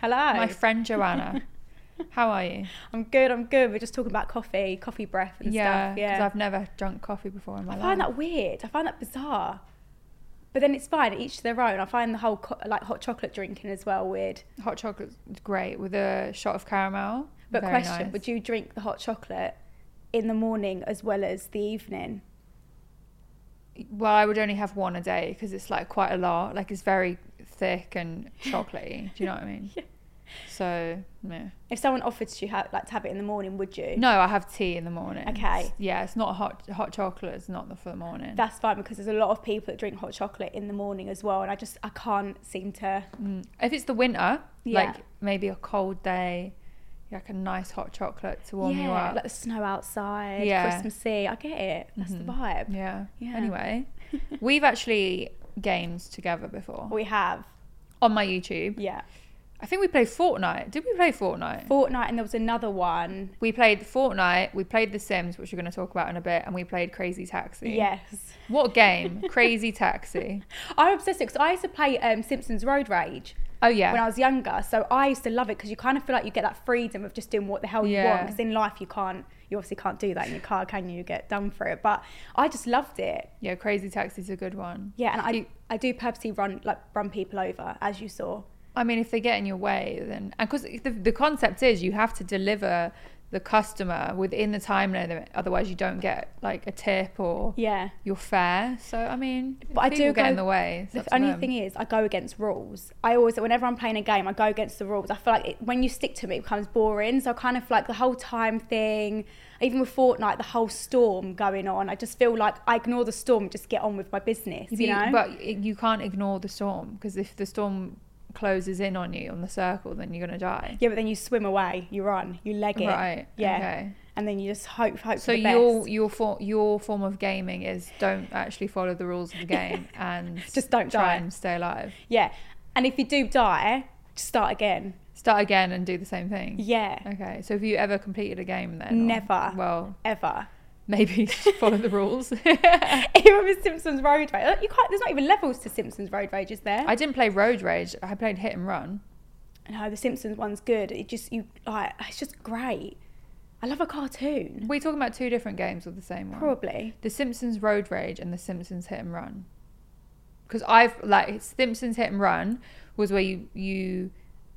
Hello. my friend Joanna. How are you? I'm good, I'm good. We're just talking about coffee, coffee breath and yeah, stuff. because Yeah. I've never drunk coffee before in my I life. find that weird. I find that bizarre. But then it's fine, each to their own. I find the whole co- like hot chocolate drinking as well weird. Hot chocolate's great with a shot of caramel. But Very question, nice. would you drink the hot chocolate in the morning as well as the evening? Well, I would only have one a day because it's like quite a lot. Like it's very thick and chocolatey. do you know what I mean? So yeah. If someone offered to you ha- like to have it in the morning, would you? No, I have tea in the morning. Okay. Yeah, it's not hot. Hot chocolate is not the for the morning. That's fine because there's a lot of people that drink hot chocolate in the morning as well, and I just I can't seem to. if it's the winter, Yeah. like maybe a cold day, like a nice hot chocolate to warm you yeah, up. like the snow outside, Yeah. Mm-hmm. Christmassy. I get it. That's the vibe. Yeah. Yeah. Anyway, we've actually gamed together before We have on my YouTube. yeah I think we played Fortnite. Did we play Fortnite? Fortnite, and there was another one. we played Fortnite. We played The Sims, which we're going to talk about in a bit, and we played Crazy Taxi. Yes, What game? Crazy Taxi. I'm obsessed because I used to play um, Simpsons Road Rage. Oh yeah. When I was younger, so I used to love it because you kind of feel like you get that freedom of just doing what the hell you want. Yeah. Because in life, you can't, you obviously can't do that in your car, can you? You get done for it. But I just loved it. yeah, Crazy Taxi's a good one. Yeah, and I, I do purposely run like run people over, as you saw. I mean, if they get in your way, then because the, the concept is you have to deliver the customer within the time limit, otherwise you don't get like a tip or Yeah. your fare. So I mean, But I people do get go, in the way. It's up The to only them. thing is, I go against rules. I always, whenever I'm playing a game, I go against the rules. I feel like it, when you stick to it, it becomes boring. So I kind of feel like the whole time thing, even with Fortnite, the whole storm going on. I just feel like I ignore the storm, and just get on with my business. You, You- know, But y- you can't ignore the storm because if the storm closes in on you on the circle, then you're gonna die. yeah. But then you swim away, you run, you leg it, Right, Yeah, okay. and then you just hope, hope So for the your best. your for, your form of gaming is don't actually follow the rules of the game and Just don't try die. and stay alive. yeah. And if you do die, just start again. Start again and do the same thing. Yeah, Okay. So have you ever completed a game then? or- Never. well, ever. maybe follow the rules. Even with Simpsons Road Rage, you can't. There's not even levels to Simpsons Road Rage, is there? I didn't play Road Rage. I played Hit and Run. No, the Simpsons one's good. It just you like it's just great. I love a cartoon. We're talking about two different games or the same one. Probably. The Simpsons Road Rage and The Simpsons Hit and Run. Because I've like Simpsons Hit and Run was where you you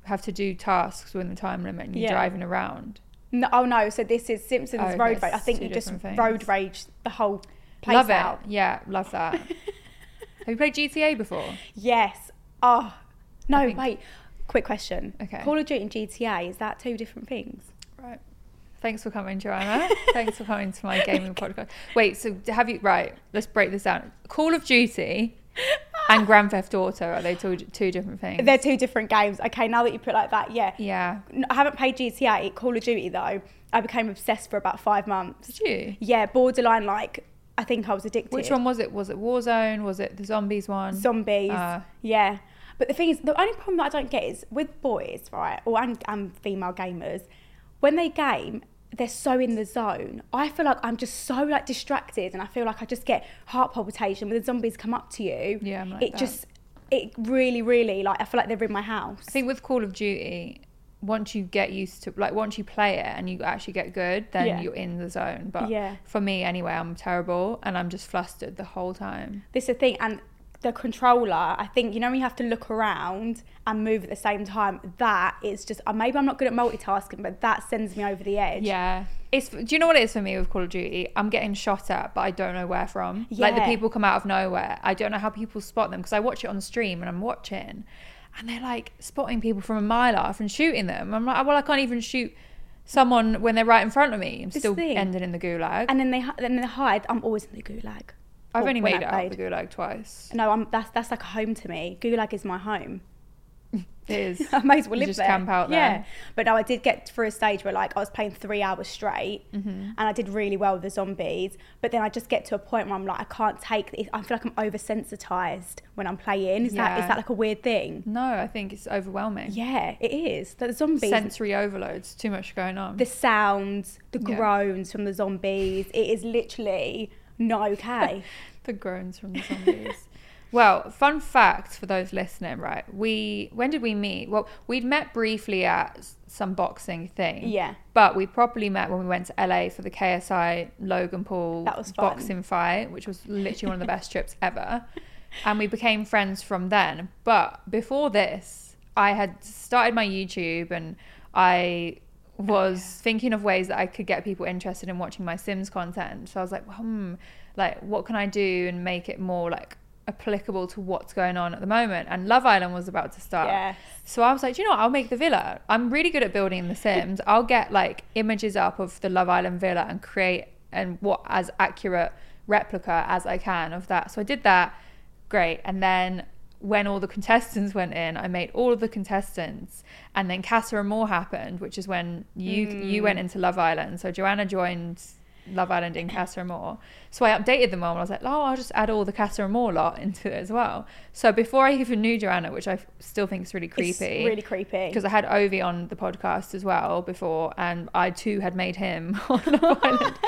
have to do tasks within the time limit and you're Yeah. driving around. No, oh no, so this is Simpsons Oh, okay, Road Rage. I it's think two you just different things. road rage the whole place love out. it. Yeah, love that. have you played GTA before? Yes. Oh no, think- wait. Quick question. Okay. Call of Duty and GTA is that two different things? Right. Thanks for coming, Joanna. Thanks for coming to my gaming podcast. Wait, so have you right? Let's break this down. Call of Duty and Grand Theft Auto are they two, two different things? They're two different games. Okay, now that you put it like that, yeah. yeah. No, I haven't played GTA. Call of Duty though, I became obsessed for about five months. Did you? Yeah, borderline like I think I was addicted. Which one was it? Was it Warzone? Was it the zombies one? zombies. Uh, yeah. But the thing is, the only problem that I don't get is with boys, right, or and, and female gamers, when they game, they're so in the zone. I feel like I'm just so like distracted, and I feel like I just get heart palpitation when the zombies come up to you. Yeah, I'm like it that. just it really, really like I feel like they're in my house. I think with Call of Duty, once you get used to like once you play it and you actually get good, then Yeah. you're in the zone. But Yeah. for me anyway, I'm terrible and I'm just flustered the whole time. this is the thing, and the controller. I think you know when you have to look around and move at the same time. That is just uh, maybe I'm not good at multitasking, but that sends me over the edge. Yeah. It's do you know what it is for me with Call of Duty? I'm getting shot at, but I don't know where from. Like the Yeah. people come out of nowhere. I don't know how people spot them because I watch it on stream and I'm watching, and they're like spotting people from a mile off and shooting them. I'm like, "Oh, well, I can't even shoot someone when they're right in front of me. I'm This still thing. ending in the gulag. And then they hi- then they hide. I'm always in the gulag. I've Or only when made it I out of the played. gulag twice. No, I'm that's that's like a home to me. Gulag is my home. It is. I may as well You live just there. camp out there. Yeah, but no, I did get through a stage where like I was playing three hours straight, Mm-hmm. and I did really well with the zombies. But then I just get to a point where I'm like, I can't take. This. I feel like I'm oversensitized when I'm playing. Is that Yeah. is that like a weird thing? No, I think it's overwhelming. Yeah, it is. The zombies, Sensory overloads, too much going on. the sounds, the Yeah. groans from the zombies. It is literally not okay. the groans from the zombies. well, fun fact for those listening, right? We when did we meet? Well, we'd met briefly at s- some boxing thing. Yeah. But we properly met when we went to LA for the KSI Logan Paul That was fun. boxing fight, which was literally one of the best trips ever. And we became friends from then. But before this, I had started my YouTube and I was thinking of ways that I could get people interested in watching my Sims content. So I was like, hmm, like what can I do and make it more like applicable to what's going on at the moment? And Love Island was about to start. Yes. So I was like, "Do you know what? I'll make the villa. I'm really good at building The Sims. I'll get like images up of the Love Island villa and create and what as accurate replica as I can of that. So I did that. Great. And then when all the contestants went in, I made all of the contestants. And then Casa Amor happened, which is when you you went into Love Island. So Joanna joined Love Island in Casa Amor. So I updated them all and I was like, oh, I'll just add all the Casa Amor lot into it as well. So before I even knew Joanna, which I f- still think is really creepy. It's really creepy. Because I had Ovi on the podcast as well before, and I too had made him on Love Island.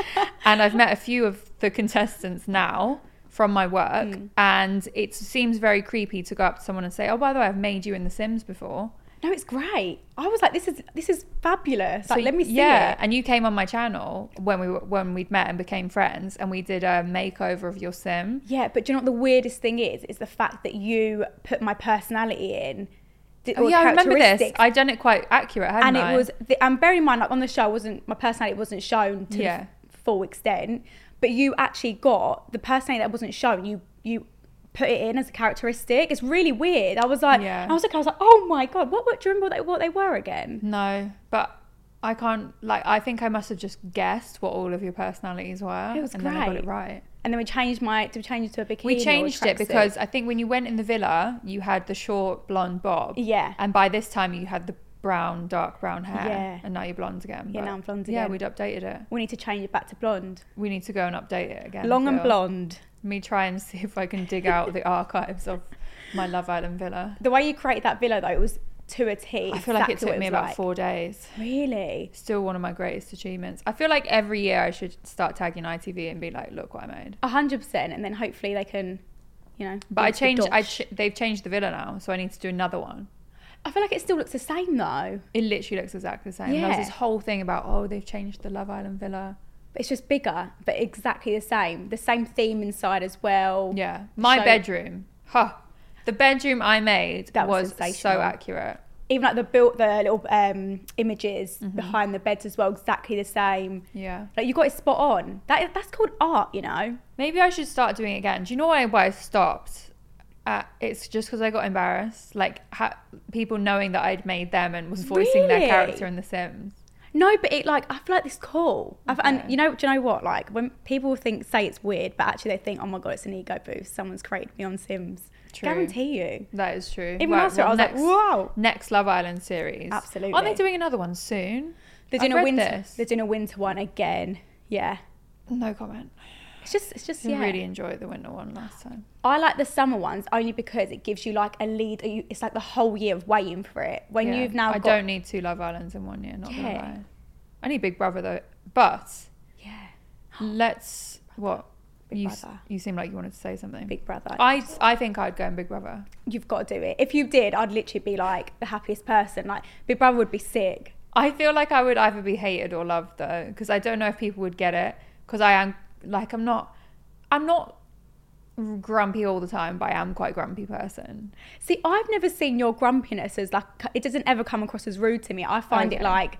and I've met a few of the contestants now from my work, Mm. and it seems very creepy to go up to someone and say, "Oh, by the way, I've made you in The Sims before." no, it's great. I was like, this is this is fabulous. Like, So, let me see yeah, it. and you came on my channel when we were, when we'd met and became friends, and we did a makeover of your sim. Yeah, but do you know what the weirdest thing is? Is the fact that you put my personality in. did- Oh, or yeah, I remember this. characteristics, I'd done it quite accurate, hadn't and I? it was, the, and bear in mind, like on the show, I wasn't my personality wasn't shown to Yeah. the full extent, but you actually got the personality that wasn't shown. You you put it in as a characteristic. It's really weird. I was like, Yeah. I was like, I was like, oh my god, what? what do you remember what they, what they were again? No, but I can't. Like, I think I must have just guessed what all of your personalities were. It was and then I got it great. right. And then we changed my, did we change it to a bikini? We or a changed it tracksuit? because I think when you went in the villa, you had the short blonde bob. Yeah. And by this time, you had the brown, dark brown hair. Yeah. And now you're blonde again. Yeah, but- now I'm blonde Yeah, again. we'd updated it. we need to change it back to blonde, We need to go and update it again. I long and feel. blonde. Me try and see if I can dig out the archives of my Love Island villa. The way you created that villa though, it was to a T. I feel like it exactly what took me was about like. four days. Really? Still one of my greatest achievements. I feel like every year I should start tagging ITV and be like, look what I made. A hundred percent, and then hopefully they can, you know. But I rinse the changed. I dosh. ch- they've changed the villa now, so I need to do another one. I feel like it still looks the same though. It literally looks exactly the same. There was Yeah. this whole thing about oh they've changed the Love Island villa. But it's just bigger, but exactly the same. The same theme inside as well. Yeah, my So- bedroom. Huh. The bedroom I made That was was, so sensational. accurate. Even like the built, the little um, images behind the beds as well, exactly the same. Mm-hmm. Yeah. Like you got it spot on. That that's called art, you know. Maybe I should start doing it again. Do you know why why I stopped? Uh, it's just because I got embarrassed, like ha- people knowing that I'd made them and was voicing their Really? character in The Sims. No, but it like I feel like this cool. I've, and you know, do you know what? Like when people think say it's weird, but actually they think, oh my god, it's an ego boost. Someone's created me on Sims. True. Guarantee you. That is true. Even after it, I was like, wow. Next Love Island series. Aren't they Absolutely. doing another one soon? They're I've doing a read winter. this. They're doing a winter one again. Yeah. No comment. It's just, it's just, I yeah. really enjoyed the winter one last time. I like the summer ones only because it gives you like a lead. you- It's like the whole year of waiting for it. When Yeah. you've now I got, don't need two Love Islands in one year, not gonna Yeah. lie. I need Big Brother though But Yeah. let's what you s- Brother. you seem like you wanted to say something. Big Brother. I I think I'd go in Big Brother. You've got to do it. If you did, I'd literally be like the happiest person. Like Big Brother would be sick. I feel like I would either be hated or loved though, because I don't know if people would get it. Because I am like I'm not, I'm not grumpy all the time, but I am quite a grumpy person. See, I've never seen your grumpiness as like it doesn't ever come across as rude to me. I find Okay. it like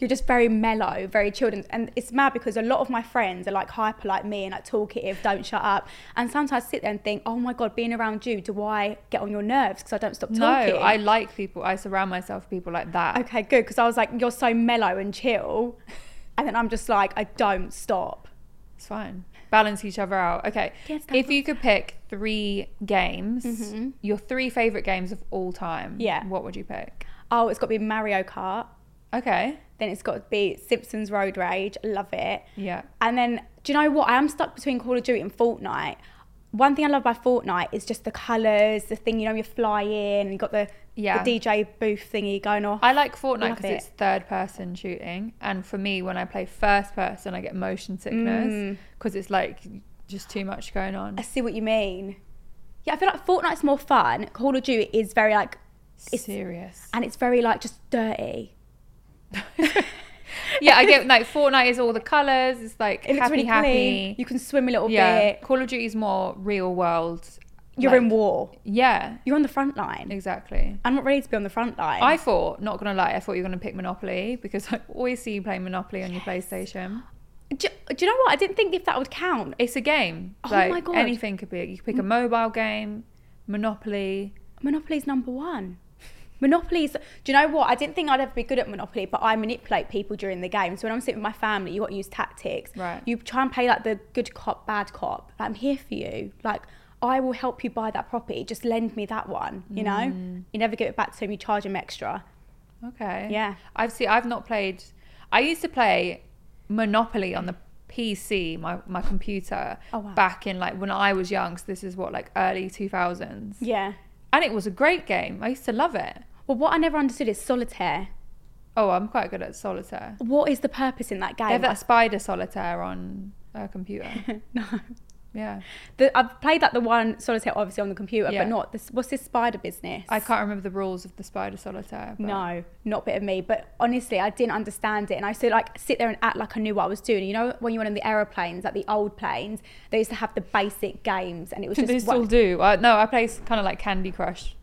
you're just very mellow, very chilled, and, and it's mad because a lot of my friends are like hyper like me and like talkative, don't shut up. And sometimes I sit there and think, oh my god, being around you, do I get on your nerves because I don't stop talking? No, I like people. I surround myself with people like that. okay, good because I was like, you're so mellow and chill, and then I'm just like, I don't stop. It's fine. Balance each other out. Okay. Yes, Mm-hmm. if you could pick three games, your three favorite games of all time, Yeah. what would you pick? Oh, it's got to be Mario Kart. Okay. Then it's got to be Simpsons Road Rage. I Love it. Yeah. And then, do you know what? I am stuck between Call of Duty and Fortnite. One thing I love about Fortnite is just the colours, the thing, you know, you're flying, and you've got the, Yeah. the DJ booth thingy going off. I like Fortnite Love because it. it's third person shooting, and for me, when I play first person, I get motion Mm. sickness because it's like just too much going on. I see what you mean. Yeah, I feel like Fortnite's more fun. Call of Duty is very like, it's- Serious. and it's very like just dirty. yeah, I get like Fortnite is all the colors. It's like It looks happy, really happy. clean. You can swim a little yeah, bit. Call of Duty is more real world. You're in like- war. Yeah, You're on the front line. exactly. I'm not ready to be on the front line. I thought, not gonna lie, I thought you were gonna pick Monopoly because I always see you playing Monopoly on your PlayStation. do, do you know what? I didn't think if that would count. It's a game. Oh like, my God. Anything could be. You could pick a mobile game, Monopoly. Monopoly's number one. Monopoly's. Do you know what? I didn't think I'd ever be good at Monopoly, but I manipulate people during the game. So when I'm sitting with my family, you got to use tactics. Right. You try and play like the good cop, bad cop. Like, I'm here for you. Like I will help you buy that property. Just lend me that one. You Mm. know. You never give it back to them. You charge them extra. Okay. Yeah. I've seen. I've not played. I used to play Monopoly on the PC, my my computer, Oh, wow. back in like when I was young. So this is what like early two thousands, Yeah. and it was a great game. I used to love it. Well, what I never understood is solitaire. Oh, I'm quite good at solitaire. What is the purpose in that I have game? that spider solitaire on a computer. no. yeah. The, I've played that the one solitaire obviously on the computer, Yeah. but not this. What's this spider business? I can't remember the rules of the spider solitaire. but- No, not bit of me. But honestly, I didn't understand it, and I used to like sit there and act like I knew what I was doing. You know, when you went on the aeroplanes, like the old planes, they used to have the basic games, and it was just they what- still do. Uh, no, I play kind of like Candy Crush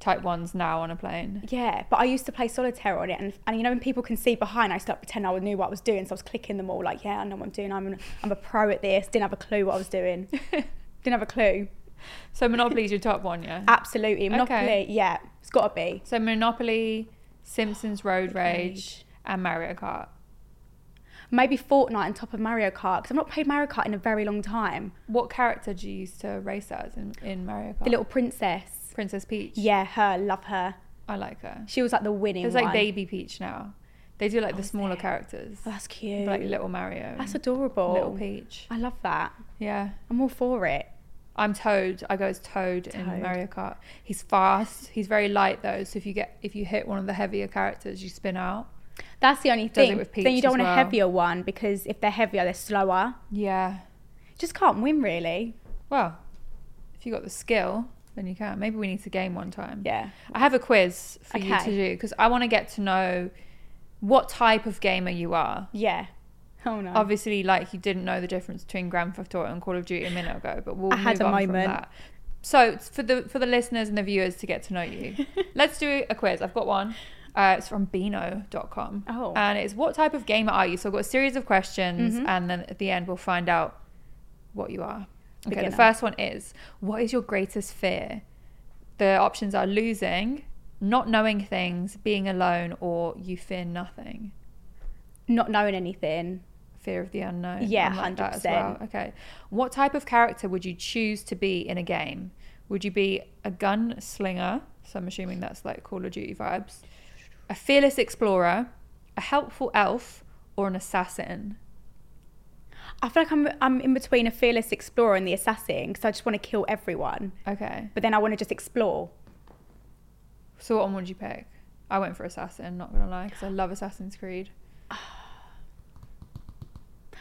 type ones now on a plane. Yeah, but I used to play solitaire on it, and, and you know when people can see behind, I used to like, pretend I knew what I was doing, so I was clicking them all like, yeah, I know what I'm doing. I'm an, I'm a pro at this. Didn't have a clue what I was doing. didn't have a clue. So Monopoly's your top one, yeah. Absolutely, Monopoly. Yeah, it's got to be. So Monopoly, Simpsons Road Rage, and Mario Kart. Maybe Fortnite on top of Mario Kart because I've not played Mario Kart in a very long time. What character do you use to race as in, in Mario Kart? The little princess. Princess Peach. Yeah, her. Love her. I like her. She was like the winning There's like one. Baby Peach now. They do like the smaller characters, Oh, that's cute. like Little Mario, that's and adorable. Little Peach. I love that. Yeah. I'm all for it. I'm Toad. I go as Toad, in Mario Kart. He's fast. He's very light though. So if you get if you hit one of the heavier characters, you spin out. That's the only Does it thing. with then peach you don't as want well. a heavier one because if they're heavier, they're slower. Yeah. Just can't win really. Well, if you got the skill, then you can. Maybe we need to game one time. Yeah. I have a quiz for you to Okay. do because I want to get to know what type of gamer you are. Yeah. Oh no. Obviously, like you didn't know the difference between Grand Theft Auto and Call of Duty a minute ago, but we'll I move had a on from moment. that. So it's for the for the listeners and the viewers to get to know you, let's do a quiz. I've got one. Uh, it's from Beano.com. Oh. Mm-hmm. And it's what type of gamer are you? So I've got a series of questions, and then at the end we'll find out what you are. Okay, the Beginner. first one is what is your greatest fear? The options are losing, not knowing things, being alone, or you fear nothing. Not knowing anything. Fear of the unknown. Yeah, I like that as 100%. well. Okay. What type of character would you choose to be in a game? Would you be a gunslinger? So I'm assuming that's like Call of Duty vibes. A fearless explorer, a helpful elf, or an assassin? I feel like I'm I'm in between a fearless explorer and the assassin because I just want to kill everyone, Okay. but then I want to just explore. So what one would you pick? I went for assassin. Not gonna lie, because I love Assassin's Creed.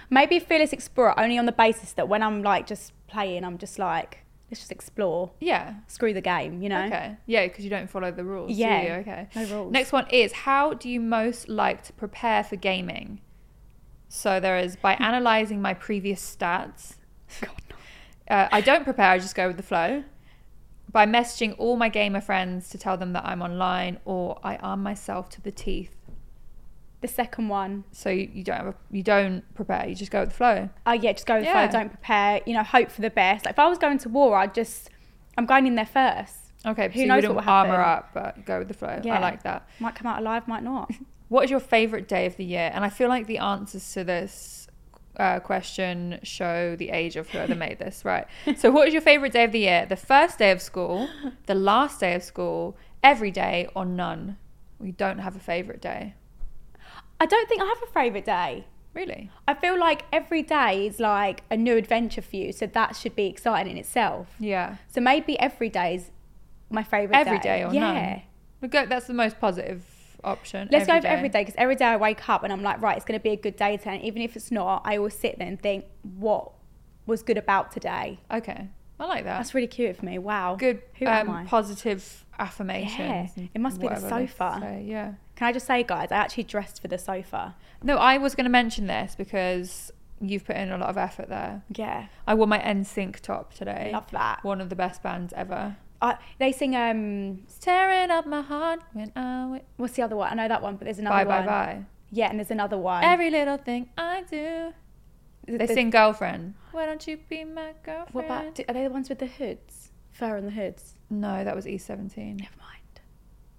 Maybe fearless explorer only on the basis that when I'm like just playing, I'm just like let's just explore, Yeah. screw the game, you know. Okay. Yeah, because you don't follow the rules. Yeah, Do you? Okay. no rules. Next one is how do you most like to prepare for gaming? So there is by analyzing my previous stats. Uh, I don't prepare. I just go with the flow. By messaging all my gamer friends to tell them that I'm online, or I arm myself to the teeth. The second one, So you, you don't have a, you don't prepare. You just go with the flow. oh yeah, just go with the Yeah. flow, don't prepare, you know, hope for the best. Like if I was going to war, I'd just I'm going in there first. Okay. Who so you knows wouldn't what will armor happen? up, but go with the flow. I Yeah. like that. Might come out alive, might not. What is your favorite day of the year? And I feel like the answers to this uh, question show the age of whoever made this, right? So, what is your favorite day of the year? The first day of school, the last day of school, every day, or none? We don't have a favorite day, I don't think I have a favourite day. really. I feel like every day is like a new adventure for you, so that should be exciting in itself. Yeah, So maybe every day is my favourite every day, or yeah. none. We go. That's the most positive option. Let's go with every day because every day I wake up and I'm like, right, it's going to be a good day today. And even if it's not, I always sit there and think, what was good about today? Okay, I like that. That's really cute of me. Wow. good. Who am I? um, positive affirmations. Yeah, and it must be the whatever they sofa. say, Yeah. Can I just say, guys, I actually dressed for the sofa. No, I was going to mention this because you've put in a lot of effort there. Yeah. I wore my NSYNC top today. Love that. One of the best bands ever. I, they sing, um, It's tearing up my heart when I w- what's the other one? I know that one, but there's another bye bye one. bye. Yeah, and there's another one. Every little thing I do. They The- sing girlfriend. Why don't you be my girlfriend? What about, do- are they the ones with the hoods? Fur on the hoods? No, that was E E17. Never mind.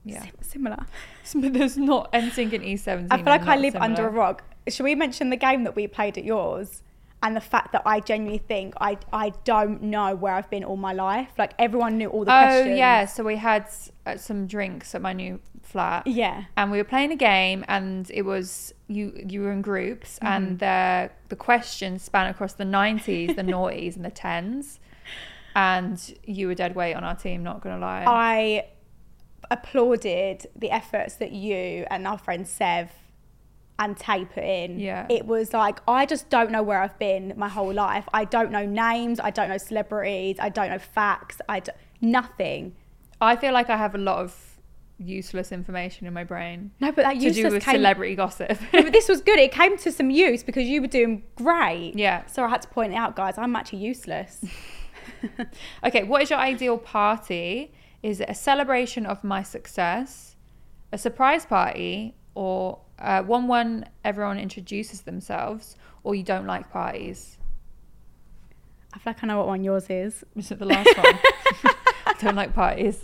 Yeah, Sim- similar. but there's not NSYNC and E E17. I feel like I live under a rock. Should we mention the game that we played at yours? And the fact that I genuinely think I, I don't know where I've been all my life. Like everyone knew all the Oh questions. yeah, so we had s- uh, some drinks at my new flat. Yeah. and we were playing a game and it was you you were in groups Mm-hmm. and the the questions span across the 90s the noughties and the 10s and you were dead weight on our team not gonna lie I applauded the efforts that you and our friend Sev and Tay put in. Yeah. It was like, I just don't know where I've been my whole life. I don't know names. I don't know celebrities. I don't know facts. I don't, nothing. I feel like i have a lot of useless information in my brain No, but that to do useless with came- celebrity gossip No, but this was good. It came to some use because you were doing great. Yeah. So I had to point it out, guys. I'm actually useless. okay what is your ideal party is it a celebration of my success a surprise party or uh, one one everyone introduces themselves or you don't like parties I feel like I know what one yours is. Was it the last one? I don't like parties.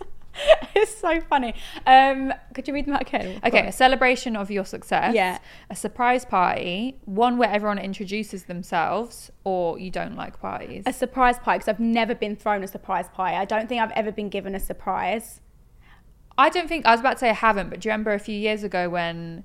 it's so funny. Um, could you read them out again? Okay, a celebration of your success. Yeah. A surprise party, one where everyone introduces themselves, or you don't like parties. a surprise pie because I've never been thrown a surprise pie. I don't think I've ever been given a surprise. I don't think, I was about to say I haven't, but do you remember a few years ago when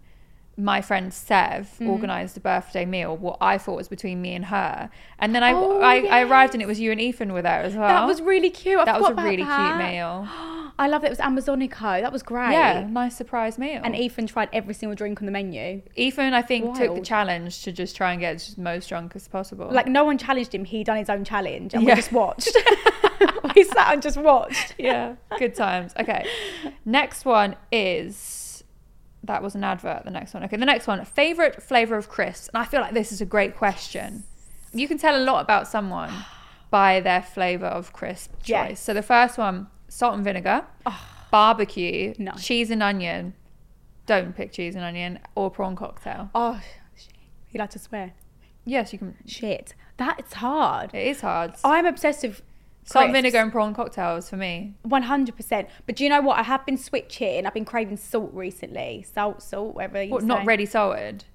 my friend Sev Mm-hmm. organised a birthday meal, what I thought was between me and her? And then I, Oh, I, I arrived yes. and it was you and Ethan were there as well. That was really cute. I That was forgot a really about cute that. meal. I love that it was Amazonico. That was great. Yeah, nice surprise meal. And Ethan tried every single drink on the menu. Ethan, I think, took the Wild. challenge to just try and get as most drunk as possible. Like no one challenged him. He done his own challenge, and Yeah. we just watched. we sat and just watched. yeah, good times. Okay, next one is that was an advert. The next one, okay, the next one, favorite flavor of crisps, and I feel like this is a great question. You can tell a lot about someone by their flavor of crisp choice. Yeah. So the first one, salt and vinegar, barbecue, No. cheese and onion. Don't pick cheese and onion or prawn cocktail. Oh, sh- you like to swear? Yes, you can. Shit, that's hard. It is hard. I'm obsessed with Salt and vinegar and prawn cocktails for me. One hundred percent. But do you know what? I have been switching. I've been craving salt recently. Salt, salt, whatever you What, not say. ready salted.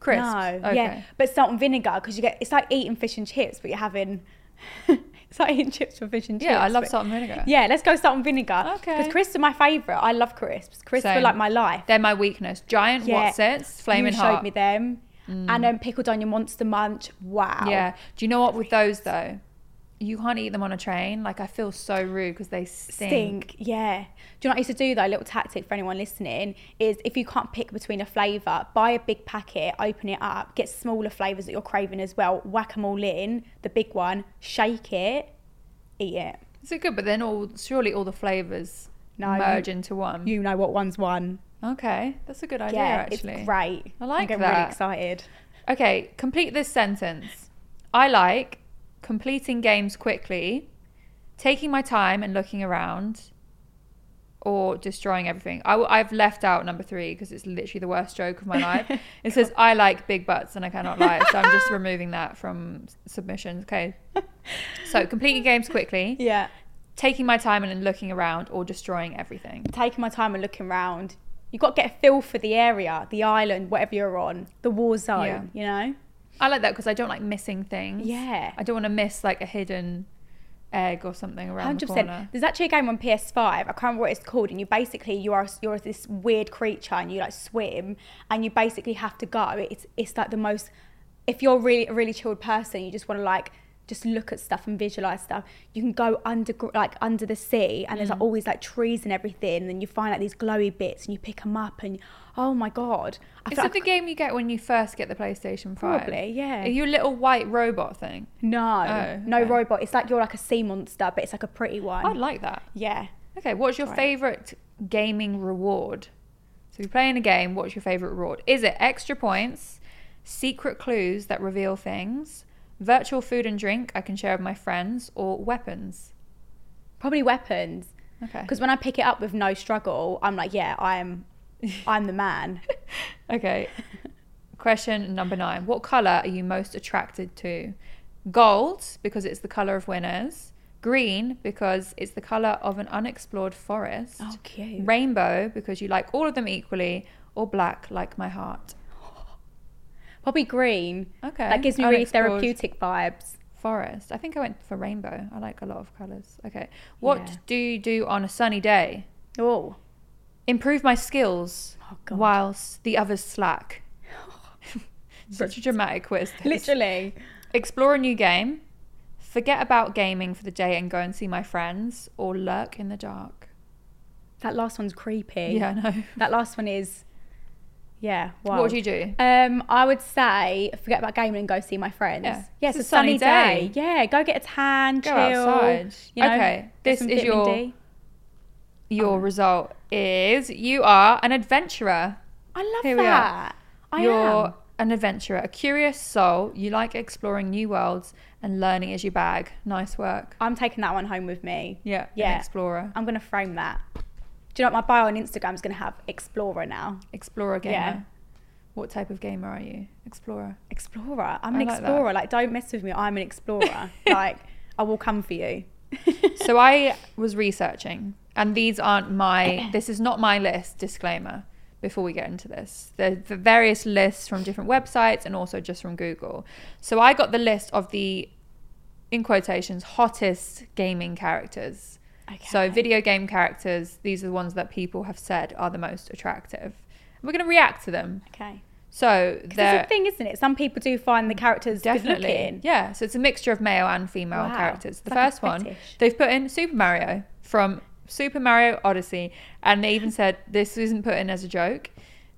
Crisp. No, Okay. yeah, but salt and vinegar because you get it's like eating fish and chips, but you're having it's like eating chips with fish and chips. Yeah, I love but- salt and vinegar. Yeah, let's go salt and vinegar. Okay. because crisps are my favorite. I love crisps. Crisps are Same. like my life. They're my weakness. Giant Yeah. Watsits, flaming Mm. you showed hot. me them, and then pickled onion monster munch. Wow. Yeah. Do you know what with those though? you can't eat them on a train. Like I feel so rude because they stink. Stink, yeah. Do you know what I used to do though? A little tactic for anyone listening is if you can't pick between a flavour, buy a big packet, open it up, get smaller flavours that you're craving as well, whack them all in, the big one, shake it, eat it. Is it good? But then all surely all the flavors No, you- merge into one. You know what one's one. okay, that's a good idea yeah, actually. it's great. I like I'm getting that. really excited. Okay, complete this sentence. I like completing games quickly, taking my time and looking around, or destroying everything. I w- I've left out number three because it's literally the worst joke of my life. It says, I like big butts and I cannot lie. So I'm just removing that from s- submissions. Okay. So completing games quickly, Yeah. taking my time and then looking around, or destroying everything. Taking my time and looking round. You've got to get a feel for the area, the island, whatever you're on, the war zone, you know? I like that because I don't like missing things. Yeah. I don't want to miss like a hidden egg or something around the Hundred corner. percent. There's actually a game on PS5. I can't remember what it's called, and you basically you are you're this weird creature, and you like swim, and you basically have to go. It's it's like the most. If you're really a really chilled person, you just want to like just look at stuff and visualize stuff. You can go under like under the sea, and there's Mm. like all these like trees and everything, and then you find like these glowy bits, and you pick them up, and oh my god, I Is feel it the like, game you get when you first get the PlayStation 5? Probably, yeah. Are you a little white robot thing? no, Oh, no okay. robot. It's like you're like a sea monster, but it's like a pretty one. I'd like that. yeah. Okay, what's your favourite gaming reward? So you're playing a game, what's your favourite reward? Is it extra points, secret clues that reveal things, virtual food and drink I can share with my friends, or weapons? Probably weapons. Okay. Because when I pick it up with no struggle, I'm like, yeah, I'm, I'm the man. Okay. Question number nine. What color are you most attracted to? Gold, because it's the color of winners. Green, because it's the color of an unexplored forest. Oh, cute. Rainbow, because you like all of them equally. Or black, like my heart. Probably green. Okay. That gives me really Unexplored. therapeutic vibes. Forest. I think I went for rainbow. I like a lot of colors. Okay. What do you do on a sunny day? Oh, Improve my skills God. whilst the others slack. Such a dramatic quiz. this. literally. explore a new game, forget about gaming for the day and go and see my friends, or lurk in the dark. That last one's creepy. Yeah, I know. That last one is, yeah. Wow. What would you do? Um, I would say forget about gaming and go see my friends. Yeah. yeah it's, a sunny, day. Yeah, go get a tan, Go chill. outside. You know, Okay, get this some is vitamin your- D. Um, Your result is you are an adventurer. I love Here we are. that. I You're am. an adventurer, a curious soul. You like exploring new worlds and learning is your bag. Nice work. I'm taking that one home with me. Yeah, an Yeah. Um, explorer. I'm gonna frame that. Do you know what my bio on Instagram's gonna have explorer now? Explorer gamer. Yeah. What type of gamer are you? Explorer. Explorer. I'm an I like that. explorer. Like, don't mess with me. I'm an explorer. like, I will come for you. so I was researching, and these aren't my. This is not my list. Disclaimer. Before we get into this, the, the various lists from different websites and also just from Google. So I got the list of the, in quotations, hottest gaming characters. So Okay. video game characters. These are the ones that people have said are the most attractive. We're going to react to them. Okay. So That's they're the thing, isn't it? Some people do find the characters definitely good looking. yeah. So it's a mixture of male and female Wow. characters. The It's like a first one fetish. they've put in Super Mario from Super Mario Odyssey, and they even said this isn't put in as a joke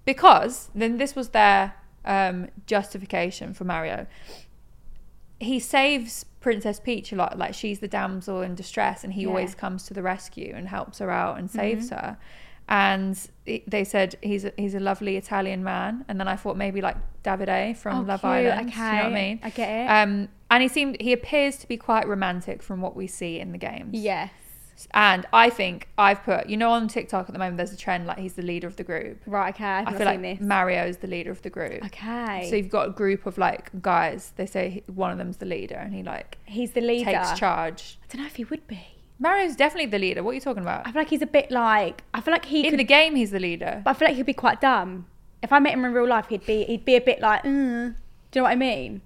because then this was their um, justification for Mario. He saves Princess Peach a lot, like she's the damsel in distress, and he always comes to the rescue and helps her out Mm-hmm. and saves her. And it- they said he's a, he's a lovely Italian man, and then I thought maybe like Davide from Oh, Love cute. Island. do you know what I Okay. mean? I get it. Um, and he seemed he appears to be quite romantic from what we see in the games. Yes. And I think I've put you know on TikTok at the moment there's a trend like he's the leader of the group. Right. Okay. I've I not feel seen like this. Mario is the leader of the group. okay. So you've got a group of like guys. They say he- one of them's the leader, and he like he's the leader. takes charge. I don't know if he would be. Mario's definitely the leader. What are you talking about? I feel like he's a bit like. I feel like he In could. the game, he's the leader. but I feel like he'd be quite dumb. If I met him in real life, he'd be he'd be a bit like. Mm. Do you know what I mean?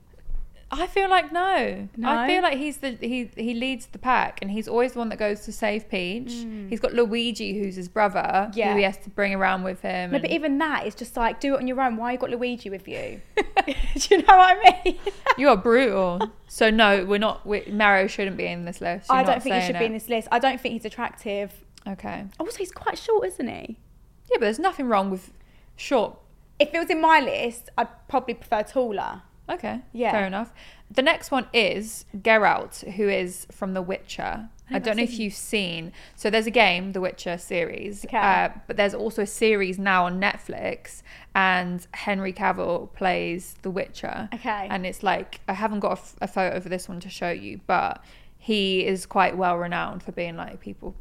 I feel like no. I No? feel like he's the he he leads the pack, and he's always the one that goes to save Peach. He's got Luigi, who's his brother, Mm. Yeah. who he has to bring around with him. No, and but even that is just like do it on your own. Why you got Luigi with you? Do you know what I mean? you are brutal. so no, we're not. We, Mario shouldn't be in this list. You're I not don't think he saying should it. be in this list. I don't think he's attractive. Okay. Also, he's quite short, isn't he? Yeah, but there's nothing wrong with short. If it was in my list, I'd probably prefer taller. Okay. Yeah. Fair enough. The next one is Geralt, who is from The Witcher. I don't know if you've seen. So there's a game, The Witcher series, Okay. uh, but there's also a series now on Netflix, and Henry Cavill plays The Witcher. Okay. And it's like I haven't got a, f- a photo for this one to show you, but he is quite well renowned for being like people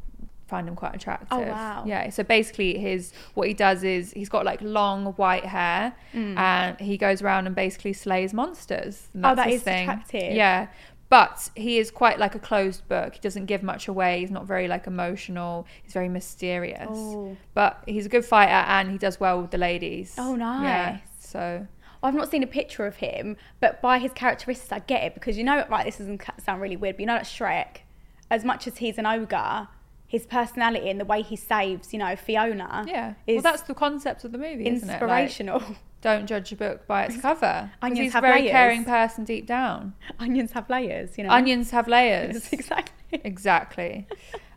find him quite attractive. Oh, wow. Yeah. So basically, his what he does is he's got like long white hair, and he goes around and basically slays monsters. And Mm. Oh, that's that his is thing. attractive. Yeah. But he is quite like a closed book. He doesn't give much away. He's not very like emotional. He's very mysterious. Oh. But he's a good fighter and he does well with the ladies. Oh, Yeah. nice. So I've not seen a picture of him, but by his characteristics, I get it because you know, like this doesn't ca- sound really weird, but you know, that Shrek, as much as he's an ogre, his personality and the way he saves, you know, Fiona, yeah. is well, that's the concept of the movie, isn't it? Like, inspirational. don't judge a book by its cover. 'Cause Onions he's a have very layers. caring person deep down. Onions have layers, you know. Onions have layers. exactly. Exactly.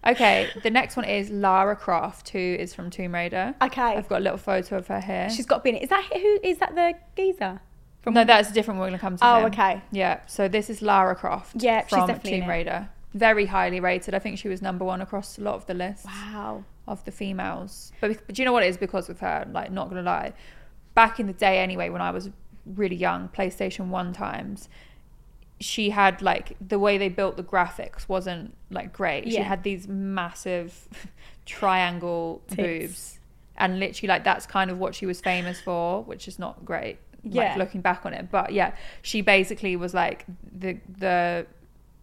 Okay, the next one is Lara Croft, who is from Tomb Raider. Okay. I've got a little photo of her here. She's got been. Is that who? Is that the geezer? no, that's a different one. We're gonna come to. Oh, him. okay. Yeah. So this is Lara Croft. Yeah, she's from definitely in Tomb it. Raider. Very highly rated. I think she was number one across a lot of the lists Wow. of the females. But, but do you know what it is because of her? Like, not gonna lie. Back in the day, anyway, when I was really young, PlayStation One times, she had like the way they built the graphics wasn't like great. She Yeah. had these massive triangle boobs, and literally like that's kind of what she was famous for, which is not great. Yeah. Like, looking back on it, but yeah, she basically was like the the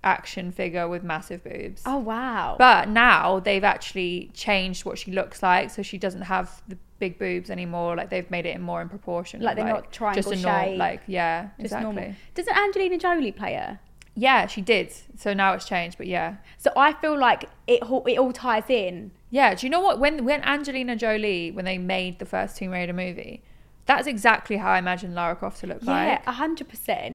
action figure with massive boobs. Oh wow. But now they've actually changed what she looks like, so she doesn't have the big boobs anymore. Like they've made it more in proportion. Like they're not triangle just a norm- shape. Like yeah, Just exactly. normal. Doesn't Angelina Jolie play her? Yeah, she did. So now it's changed, but yeah, So I feel like it all, it all ties in. yeah. Do you know what? When when Angelina Jolie when they made the first Tomb Raider movie, that's exactly how I imagined Lara Croft to look Yeah, like. Yeah, hundred percent.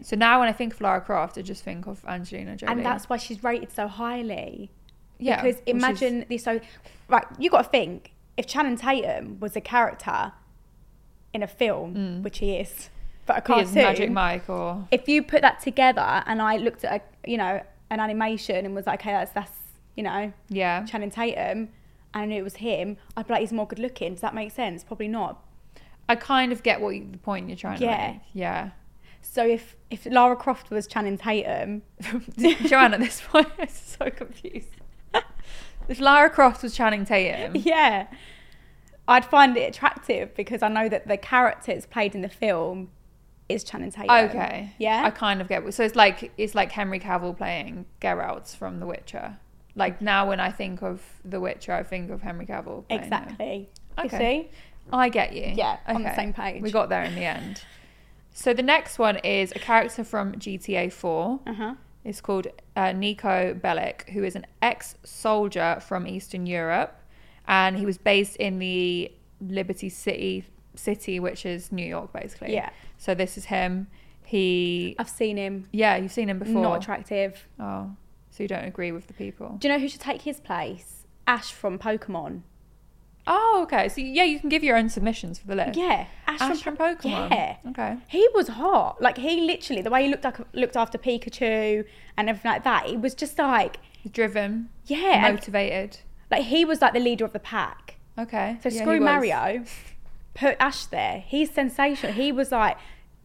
So now when I think of Lara Croft, I just think of Angelina Jolie. And that's why she's rated so highly. yeah. Because which is- imagine this. So, right, you got to think if Channing Tatum was a character in a film, which he is, but Hmm. a he cartoon, is Magic Mike or if you put that together and I looked at a, you know an animation and was like, okay, that's that's you know yeah. Channing Tatum, and I knew it was him, I'd be like, he's more good looking. Does that make sense? Probably not. I kind of get what you, the point you're trying Yeah. to make. Yeah. So if if Lara Croft was Channing Tatum, Joanne at this point is so confused. if Lara Croft was Channing Tatum, yeah, I'd find it attractive because I know that the character it's played in the film is Channing Tatum. okay, Yeah. I kind of get. So it's like it's like Henry Cavill playing Geralt from The Witcher. Like now, when I think of The Witcher, I think of Henry Cavill. Playing him. Exactly. Okay. You see? I get you. Yeah, on the same page. We got there in the end. So the next one is a character from GTA 4. Uh-huh. It's called uh, Nico Bellic, who is an ex-soldier from Eastern Europe, and he was based in the Liberty City city, which is New York, basically. Yeah. So this is him. He, I've seen him. yeah, you've seen him before. Not attractive. Oh, so you don't agree with the people? Do you know who should take his place? Ash from Pokemon. Oh, okay. So yeah, you can give your own submissions for the list. Yeah, Ash, from, Po- Pokemon. Yeah. Okay. He was hot. Like he literally the way he looked like looked after Pikachu and everything like that. It was just like Driven. yeah, and, Motivated. like he was like the leader of the pack. Okay. So Yeah, he screw was. Mario, put Ash there. He's sensational. He was like,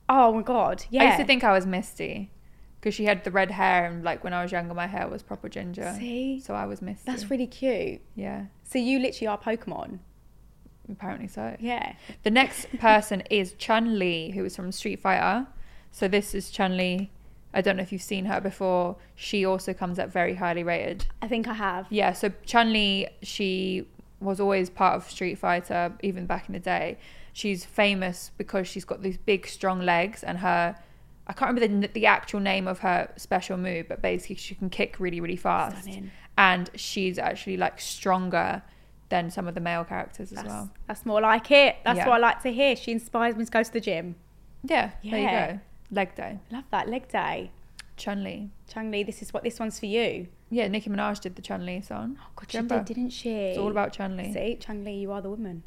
oh my god, yeah. I used to think I was Misty because she had the red hair, and like when I was younger, my hair was proper ginger. See? So I was Misty. that's really cute. yeah. So you literally are Pokemon. Apparently so. Yeah. The next person is Chun Li, who is from Street Fighter. So this is Chun Li. I don't know if you've seen her before. She also comes up very highly rated. I think I have. Yeah, so Chun Li, she was always part of Street Fighter, even back in the day. She's famous because she's got these big, strong legs, and her I can't remember the, the actual name of her special move, but basically she can kick really, really fast, and she's actually like stronger than some of the male characters as well. That's more like it. That's Yeah. what I like to hear. She inspires me to go to the gym. Yeah, there Yeah. you go. Leg day, Love that leg day. Chun Li. Chang Lee, this is what this one's for you. Yeah, Nicki Minaj did the Chun Li song. Oh God, she did, didn't she? It's all about Chun Li. See, Chang Lee, you are the woman.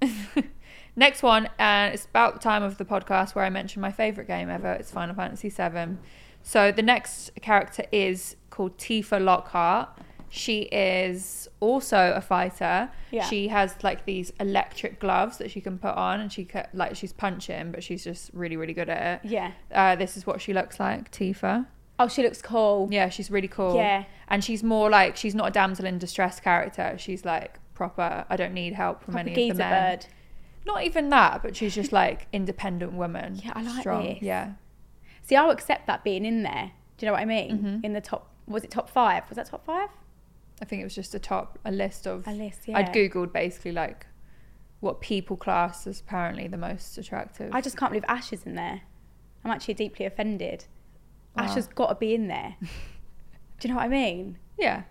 Next one, and it's about the time of the podcast where I mentioned my favorite game ever. It's Final Fantasy VII. So the next character is called Tifa Lockhart. She is also a fighter. Yeah. She has like these electric gloves that she can put on, and she ca- like she's punching, but she's just really really good at it. Yeah. Uh, this is what she looks like, Tifa. oh, she looks cool. Yeah, she's really cool. Yeah. And she's more like she's not a damsel in distress character. She's like proper. I don't need help from Proper any geezer of the men bird. not even that, but she's just like independent woman. Yeah, I like strong. this. Yeah, See, I'll accept that being in there. Do you know what I mean? Mm-hmm. In the top, was it top five? Was that top five? I think it was just a top a list of A list, I'd yeah. googled basically like what people class as apparently the most attractive. I just can't believe Ash is in there. I'm actually deeply offended. Ash has got to be in there. Do you know what I mean? yeah.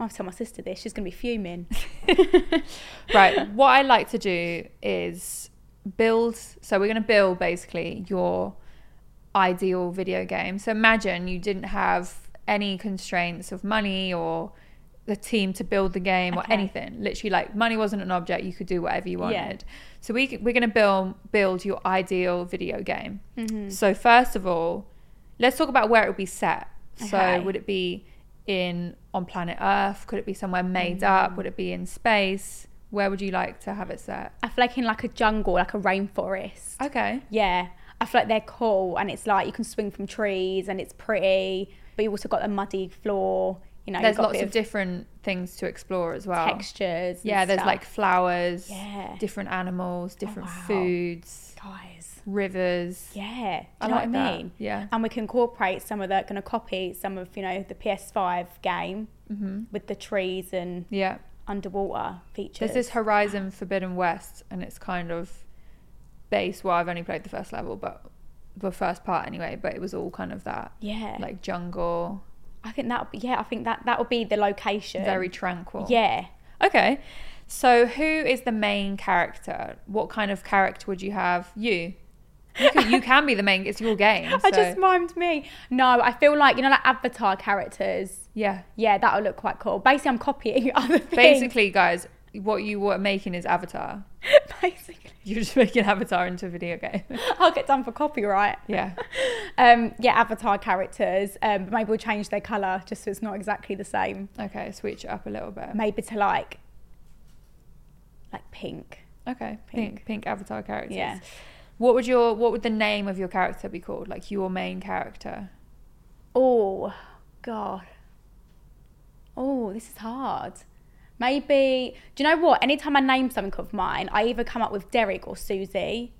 I'll tell my sister this. She's going to be fuming. Right. what I like to do is build. So we're going to build basically your ideal video game. So imagine you didn't have any constraints of money or the team to build the game or Okay. anything. Literally, like money wasn't an object. You could do whatever you wanted. Yeah. So we c- we're going to build build your ideal video game. Mm-hmm. So first of all, let's talk about where it would be set. So Okay. would it be in on planet Earth? Could it be somewhere made Mm-hmm. up? Would it be in space? Where would you like to have it set? I feel like in like a jungle, like a rainforest. Okay. Yeah, I feel like they're cool, and it's like you can swing from trees, and it's pretty, but you also got the muddy floor. You know, There's you've got a lots bit of different things to explore as well. textures. and Yeah, there's stuff. like flowers, Yeah. Oh, different animals, different wow. foods, guys. rivers. Yeah, do you I know like what I that, mean? yeah. and we can incorporate some of that. Going to copy some of you know the PS5 game Mm-hmm. with the trees and Yeah. underwater features. There's this Horizon Forbidden West, and it's kind of base. Well, I've only played the first level, but the first part anyway. But it was all kind of that, yeah, like jungle, I think that. Yeah, I think that that would be the location. very tranquil. Yeah. Okay. So who is the main character? What kind of character would you have? You. You can, you can be the main. It's your game. I so- just mimed me. No, I feel like you know, like Avatar characters. yeah. Yeah, that'll look quite cool. Basically, I'm copying other things. Basically, guys, what you were making is Avatar. Basically. You're just making Avatar into a video game. I'll get done for copyright. yeah. Um, yeah, avatar characters. Um, maybe we'll change their colour just so it's not exactly the same. Okay. Switch it up a little bit. Maybe to like, like pink. Okay. Pink. Pink, Avatar characters. Yeah. What would your What would the name of your character be called? Like your main character. Oh, God. Oh, this is hard. Maybe, do you know what? Anytime I name something of mine, I either come up with Derek or Susie.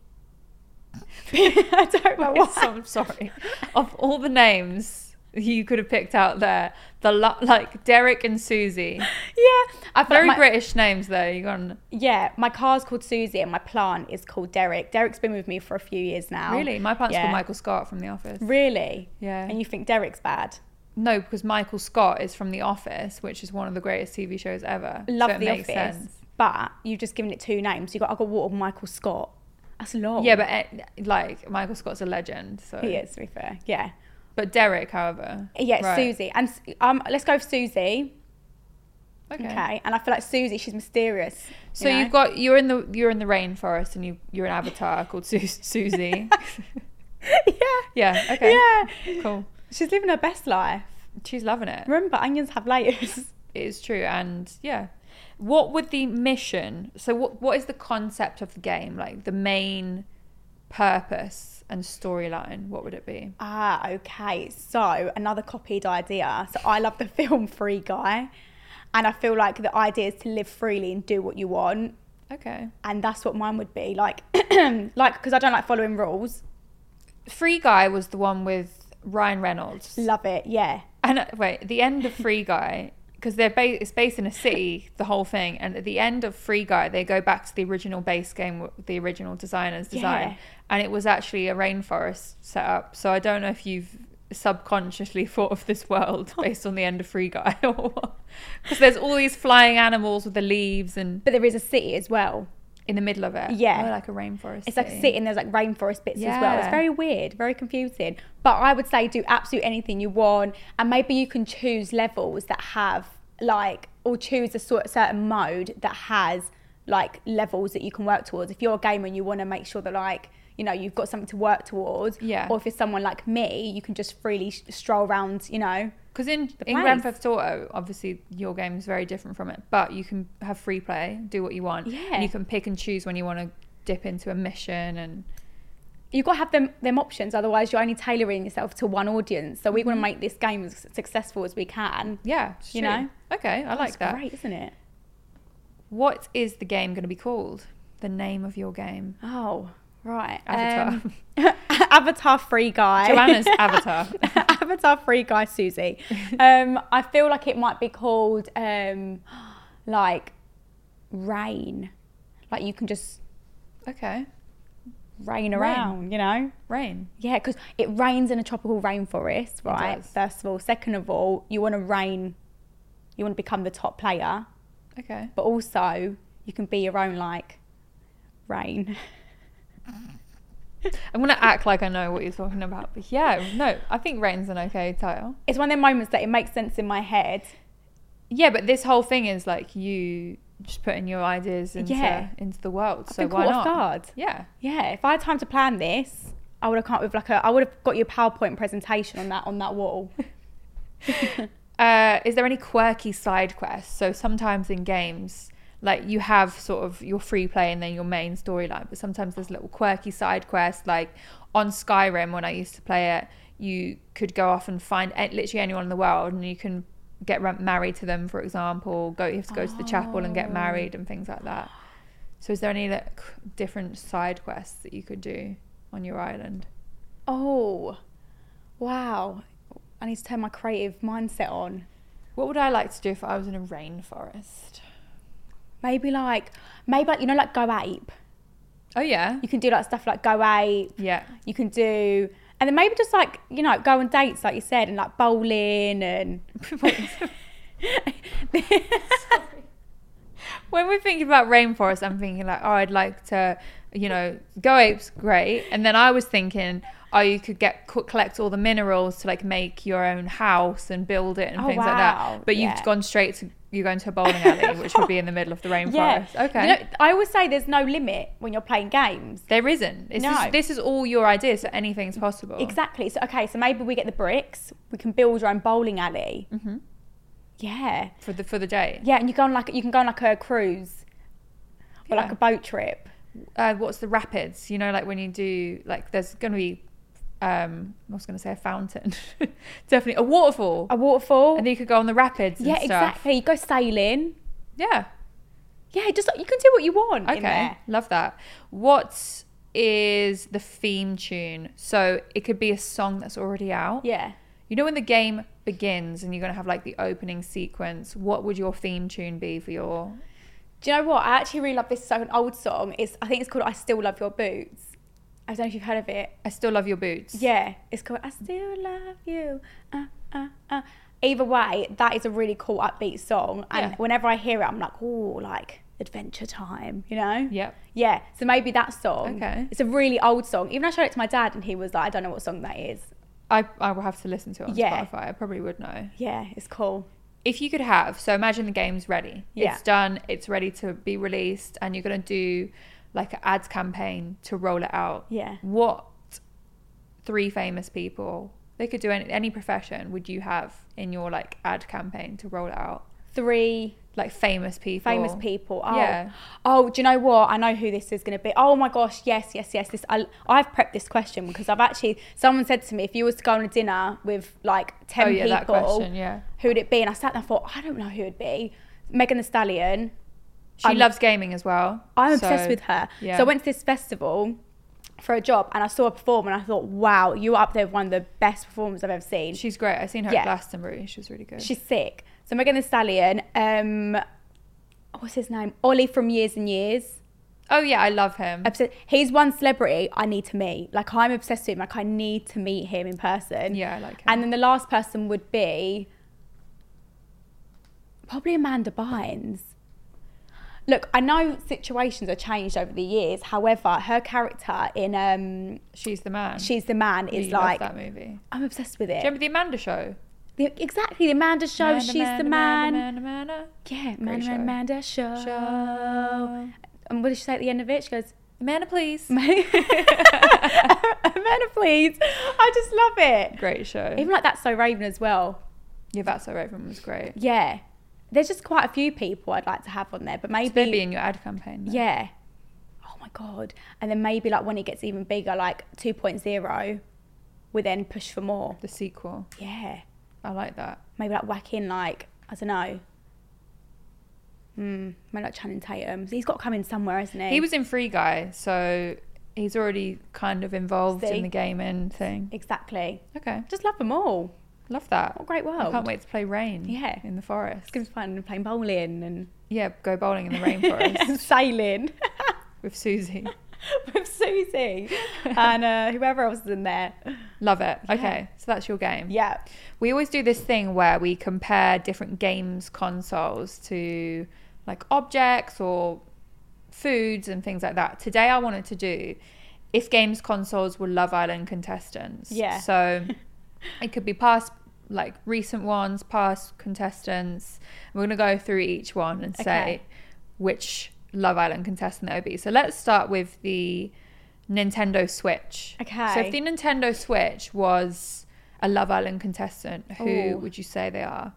I don't know why. So I'm sorry. of all the names you could have picked out there, the lo- like Derek and Susie. Yeah. I feel like Very my- British names though. You gone Yeah, my car's called Susie and my plant is called Derek. Derek's been with me for a few years now. really? My plant's Yeah. called Michael Scott from The Office. Really? Yeah. And you think Derek's bad? No, because Michael Scott is from The Office, which is one of the greatest TV shows ever. Love so it the makes office. sense. But you've just given it two names. You got I got water with Michael Scott. That's long. Yeah, but eh, like Michael Scott's a legend. So he is. To be fair, yeah, But Derek, however, yeah. Right. Susie and S- um, let's go with Susie. okay. Okay. and I feel like Susie, she's mysterious. So you know? have got you're in the you're in the rainforest and you you're an avatar called Su- Susie. yeah, yeah. Okay. Yeah. Cool. she's living her best life. She's loving it. Remember, onions have layers. It is true. And yeah, what would the mission? So what what is the concept of the game? Like the main purpose and storyline? What would it be? Ah, okay. So another copied idea. So I love the film Free Guy, and I feel like the idea is to live freely and do what you want, Okay. and that's what mine would be like. like because I don't like following rules. Free Guy was the one with Ryan Reynolds. Love it. Yeah. And uh, wait, the end of Free Guy because they're ba- it's based in a city, the whole thing. And at the end of Free Guy, they go back to the original base game, w- the original designer's design, Yeah. and it was actually a rainforest setup. So I don't know if you've subconsciously thought of this world based on the end of Free Guy, because there's all these flying animals with the leaves and But there is a city as well. in the middle of it, Yeah. Oh, like a rainforest. It's like a city and there's like rainforest bits as well. It's Yeah. very weird, very confusing. But I would say do absolutely anything you want, and maybe you can choose levels that have like, or choose a sort certain mode that has like levels that you can work towards. If you're a gamer and you want to make sure that like you know you've got something to work towards, Yeah. Or if you're someone like me, you can just freely sh- stroll around, you know. Because in, The in Grand place. Theft Auto, obviously your game is very different from it, but you can have free play, do what you want. and Yeah. you can pick and choose when you want to dip into a mission and You've got to have them them options, otherwise you're only tailoring yourself to one audience. So we want to make this game as successful as we can. Mm-hmm. yeah, it's You true. know? Okay, I like It's that. great, isn't it? What is the game going to be called? The name of your game? Oh, right. Avatar. Um, Avatar free guy. Joanna's Avatar. Avatar free guy Susie. Um, I feel like it might be called um, like rain. Like you can just Okay, rain around, you know? rain. Yeah, because it rains in a tropical rainforest, right? does. First of all. Second of all, you want to rain, you want to become the top player, Okay, but also you can be your own like rain. I'm gonna act like I know what you're talking about, but yeah, no, I think rain's an okay title. It's one of them moments that it makes sense in my head. Yeah, but this whole thing is like you just putting your ideas into Yeah. into the world. so been why caught not? off guard. Yeah. Yeah, if I had time to plan this, I would have come up with like a. I would have got you a PowerPoint presentation on that on that wall. uh, is there any quirky side quests? So sometimes in games, like you have sort of your free play and then your main storyline, but sometimes there's little quirky side quests. Like on Skyrim, when I used to play it, you could go off and find a- literally anyone in the world, and you can get ra- married to them, for example. Go, you have to go to the chapel and get married and things like that. So is there any like different side quests that you could do on your island? Oh, wow! I need to turn my creative mindset on. What would I like to do if I was in a rainforest? Maybe like, maybe like you know, like go ape. Oh yeah, You can do like stuff like go ape. yeah. You can do, and then maybe just like you know, go on dates like you said, and like bowling and. when we're thinking about rainforest, I'm thinking like, oh, I'd like to, you know, go apes, great. And then I was thinking, oh, you could get co- collect all the minerals to like make your own house and build it and Oh, things wow. like that. But Yeah. you've gone straight to you're going to a bowling alley, which would be in the middle of the Yeah. rainforest. Okay. You know, I always say there's no limit when you're playing games. there isn't. It's No. just- this is all your idea, so anything's possible. Exactly. So okay, so maybe we get the bricks. We can build your own bowling alley. Mm-hmm. Yeah, For the for the day. yeah, and you go on like you can go on like a cruise or like Yeah. a boat trip. uh, what's the rapids? You know, like when you do, like there's going to be, um, I was going to say a fountain, definitely a waterfall, A waterfall. and then you could go on the rapids. And yeah, stuff. exactly. You go sailing. Yeah. Yeah, just you can do what you want. In Okay. there. Love that. What is the theme tune? So it could be a song that's already out. Yeah. You know when the game begins and you're going to have like the opening sequence. What would your theme tune be for your? Do you know what? I actually really love this song, an old song. It's I think it's called "I Still Love Your Boots." I don't know if you've heard of it. I still love your boots. Yeah, it's called "I Still Love You." Uh, uh, uh. Either way, that is a really cool upbeat song, and Yeah. whenever I hear it, I'm like, oh, like Adventure Time, you know? Yep. Yeah, so maybe that song. Okay. It's a really old song. Even I showed it to my dad and he was like, I don't know what song that is. I, I will have to listen to it on Yeah. Spotify. I probably would know. Yeah, it's cool. If you could have, so imagine the game's ready. Yeah. It's done. It's ready to be released, and you're gonna do like an ads campaign to roll it out. Yeah. What three famous people? They could do any any profession. Would you have in your like ad campaign to roll it out? Three Like famous people. famous people. Oh. Yeah. Oh, do you know what? I know who this is going to be. Oh my gosh, yes, yes, yes. This I, I've prepped this question because I've actually someone said to me if you was to go on a dinner with like ten Oh yeah, that people, question. Yeah. who would it be? And I sat there and thought I don't know who it'd be. Megan the Stallion. She I'm- loves gaming as well. um, I'm so- obsessed with her. yeah. So I went to this festival for a job and I saw her perform and I thought, wow, you are up there with one of the best performers I've ever seen. She's great. I seen her Yeah. at Glastonbury. She was really good. She's sick. So Megan the Stallion. Um, what's his name? Ollie from Years and Years. oh yeah, I love him. obsessed. He's one celebrity I need to meet. Like I'm obsessed with him. Like I need to meet him in person. Yeah, I like him. And then the last person would be probably Amanda Bynes. Look, I know situations have changed over the years. However, her character in um, She's the man. She's the Man is Really love like that movie. I'm obsessed with Do you remember it. the Amanda Show? The- exactly, the Amanda Show. Amanda, Oh, she's Amanda, the man. Amanda, Amanda, Yeah, Amanda, show. Amanda show. Amanda. And what did she say at the end of it? She goes, Amanda, please. Amanda, please. I just love it. Great show. Even like that's so Raven as well. yeah, that's so Raven was great. Yeah, there's just quite a few people I'd like to have on there, but maybe Maybe in your ad campaign. then. yeah. Oh my god! And then maybe like when it gets even bigger, like 2.0, we then push for more. The sequel. Yeah, I like that. maybe like whack in like I don't know. Hmm, maybe like Channing Tatum. He's got to come in somewhere, hasn't he? He was in Free Guy, so he's already kind of involved See? in the gaming thing. exactly. Okay. Just love them all. Love that. What a great I world. can't wait to play Rain. Yeah. In the forest. It's gonna be fun playing bowling and Yeah, go bowling in the rainforest sailing. with Susie. with Susie and uh, whoever else is in there. Love it. Okay, so that's your game. Yeah. We always do this thing where we compare different games consoles to like objects or foods and things like that. Today I wanted to do if games consoles were Love Island contestants. Yeah. So it could be past like recent ones, past contestants. We're gonna go through each one and say Okay. which Love Island contestant that would be. So let's start with the Nintendo Switch. So Okay. if the Nintendo Switch was a Love Island contestant, who Ooh. would you say they are?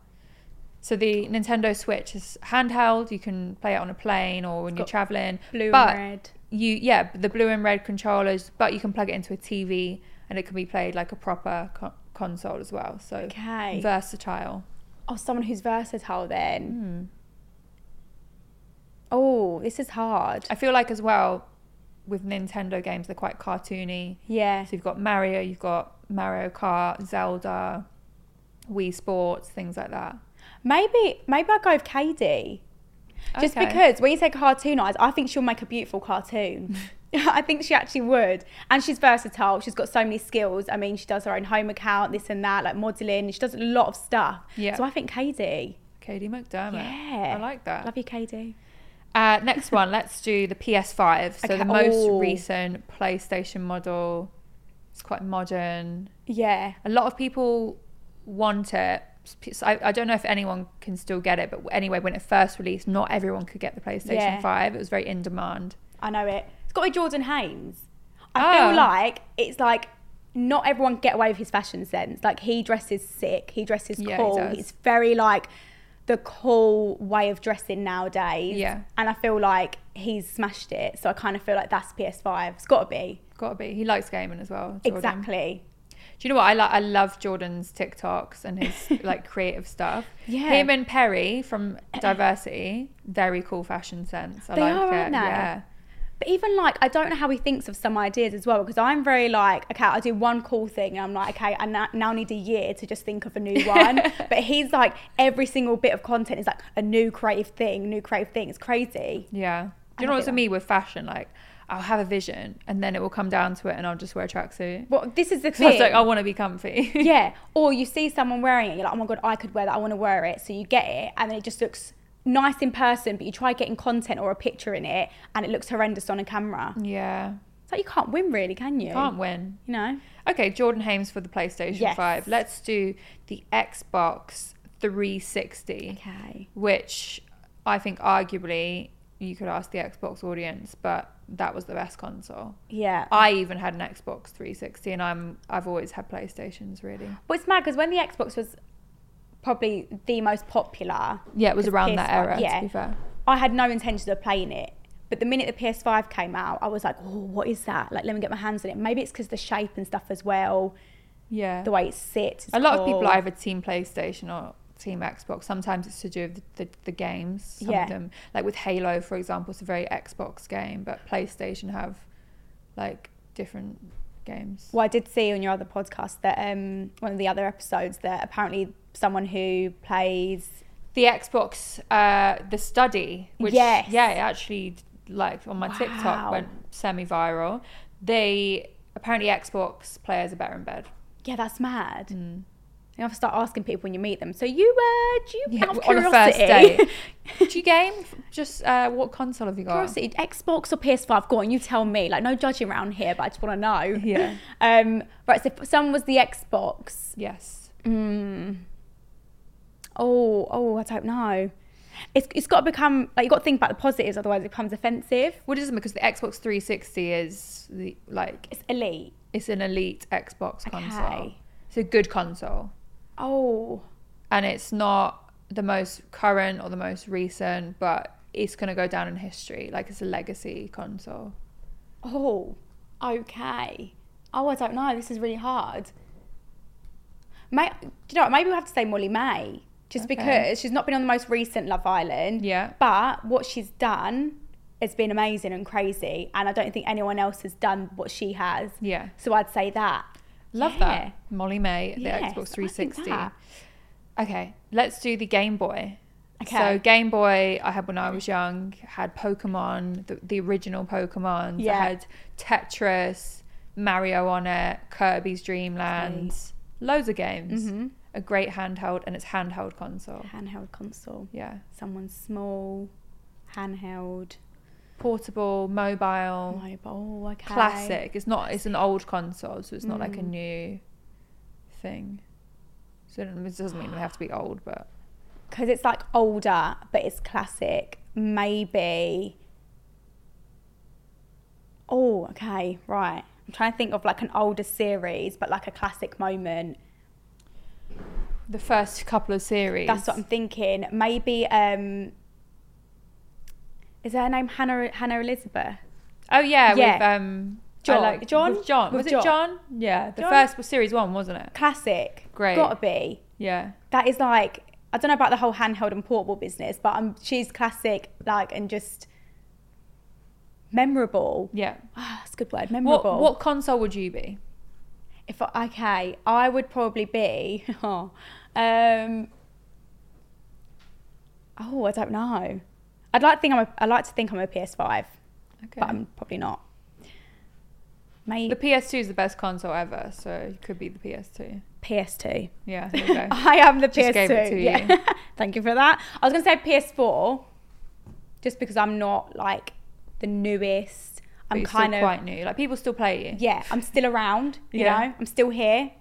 So the Nintendo Switch is handheld. You can play it on a plane or when you're traveling. blue and but red. You yeah, the blue and red controllers, but you can plug it into a TV and it can be played like a proper co- console as well. So Okay. versatile. Oh, someone who's versatile Hmm. then. Oh, this is hard. I feel like as well with Nintendo games, they're quite cartoony. Yeah. So you've got Mario, you've got Mario Kart, Zelda, Wii Sports, things like that. Maybe maybe I'll go with KD. Just Okay. because when you say cartoon eyes, I think she'll make a beautiful cartoon. I think she actually would. And she's versatile. She's got so many skills. I mean, she does her own home account, this and that, like modelling. She does a lot of stuff. Yeah. So I think KD. Katie McDermott. Yeah. I like that. Love you, KD. Uh, next one, let's do the PS5. So Okay. the most Ooh. recent PlayStation model. It's quite modern. Yeah. A lot of people want it. So I, I don't know if anyone can still get it, but anyway, when it first released, not everyone could get the PlayStation Yeah. 5. It was very in demand. I know it. It's got to be Jordan Haynes. I Oh. feel like it's like not everyone can get away with his fashion sense. Like he dresses sick. He dresses Yeah, he cool. does. He's very like the cool way of dressing nowadays. Yeah. And I feel like he's smashed it. So I kind of feel like that's PS5. It's got to be. Gotta be. He likes gaming as well. Jordan. Exactly. Do you know what I like? I love Jordan's TikToks and his like creative stuff. Yeah. Him and Perry from Diversity, very cool fashion sense. I They like are, it. aren't they? Yeah. But even like, I don't know how he thinks of some ideas as well because I'm very like, okay, I do one cool thing and I'm like, okay, I na- now need a year to just think of a new one. but he's like, every single bit of content is like a new creative thing, new creative thing. It's crazy. Yeah. Do you I know like what's that. with me with fashion? Like, I'll have a vision and then it will come down to it and I'll just wear a tracksuit. Well, this is the So I was thing. like, I want to be comfy. "Oh yeah. Or you see someone wearing it, you're like, oh my God, I could wear that. I want to wear it. So you get it and then it just looks nice in person, but you try getting content or a picture in it, and it looks horrendous on a camera. Yeah. It's like you can't win, really, can you? Can't win. You know. Okay, Jordan Hames for the PlayStation Yes. 5. Let's do the Xbox 360, Okay. which I think arguably you could ask the Xbox audience, but that was the best console. Yeah. I even had an Xbox 360 and I'm I've always had PlayStations really. Well, it's mad because when the Xbox was probably the most popular, Yeah, it was 'cause around that PS5 era to be fair. I had no intention of playing it. But the minute the PS5 came out, I was like, oh, what is that? Like, let me get my hands on it. Maybe it's because the shape and stuff as well, Yeah. the way it sits. it's a lot of people cool. are either team PlayStation or team Xbox. Sometimes it's to do with the, the, the games. Some Yeah. of them, like with Halo, for example, it's a very Xbox game, but PlayStation have like different games. Well, I did see on your other podcast that um, one of the other episodes that apparently someone who plays The Xbox, uh, the study, which Yes. yeah, it actually like on my Wow. TikTok went semi-viral. They apparently Xbox players are better in bed. Yeah, that's mad. Mm. You have to start asking people when you meet them. So you were, do you out of on a first curiosity- date. Do you game? Just uh, what console have you got? Curiosity, Xbox or PS5? Go on, you tell me. Like no judging around here, but I just want to know. Yeah. Um. Right. So if someone was the Xbox. Yes. Oh, oh, I don't know. It's it's got to become like you got to think about the positives, otherwise it becomes offensive. What is it? Because the Xbox 360 is the like It's elite. it's an elite Xbox console. Okay. It's a good console, Oh. and it's not the most current or the most recent, but it's gonna go down in history. Like it's a legacy console. Oh, okay. Oh, I don't know. This is really hard. May, do you know what? Maybe we have to say Molly May just because she's not been on the most recent Love Island. Yeah. But what she's done has been amazing and crazy. And I don't think anyone else has done what she has. Yeah. So I'd say that. Love Yeah. that, Molly May, the Yes, I Xbox think 360. that. Okay, let's do the Game Boy. Okay. So Game Boy, I had when I was young. Had Pokemon, the, the original Pokemon. Yeah. I had Tetris, Mario on it, Kirby's Dream Land, loads of games. Mm-hmm. A great handheld, and it's handheld console. Handheld console. Yeah, Someone small, handheld, portable, mobile, mobile. Oh, okay. classic. It's not. It's an old console, so it's not like a Mm. new thing. So it doesn't mean they have to be old, but because it's like older, but it's classic. Maybe. Oh, okay, right. I'm trying to think of like an older series, but like a classic moment. the first couple of series. That's what I'm thinking. Maybe um, is her name Hannah Hannah Elizabeth? Oh yeah, with Yeah. um John. I like, John? with John. With was John. it John? Yeah, the John? first was series one, wasn't it? Classic. Great. Gotta be. Yeah, That is like I don't know about the whole handheld and portable business, but um, she's classic, like and just memorable. yeah. Ah, that's a good word. What Memorable. what console would you be? If I, okay, I would probably be. Oh, um, oh, I don't know. I'd like to think I'm a. I like to think I'm a PS5, Okay. but I'm probably not. Maybe the PS2 is the best console ever, so you could be the PS2. PS2. Yeah, there you go. I am the Just PS2. gave it to yeah. you. Thank you for that. I was gonna say PS4, just because I'm not like the newest. But I'm you're kind still of quite new. Like people still play you. yeah. I'm still around. You Yeah. know, I'm still here.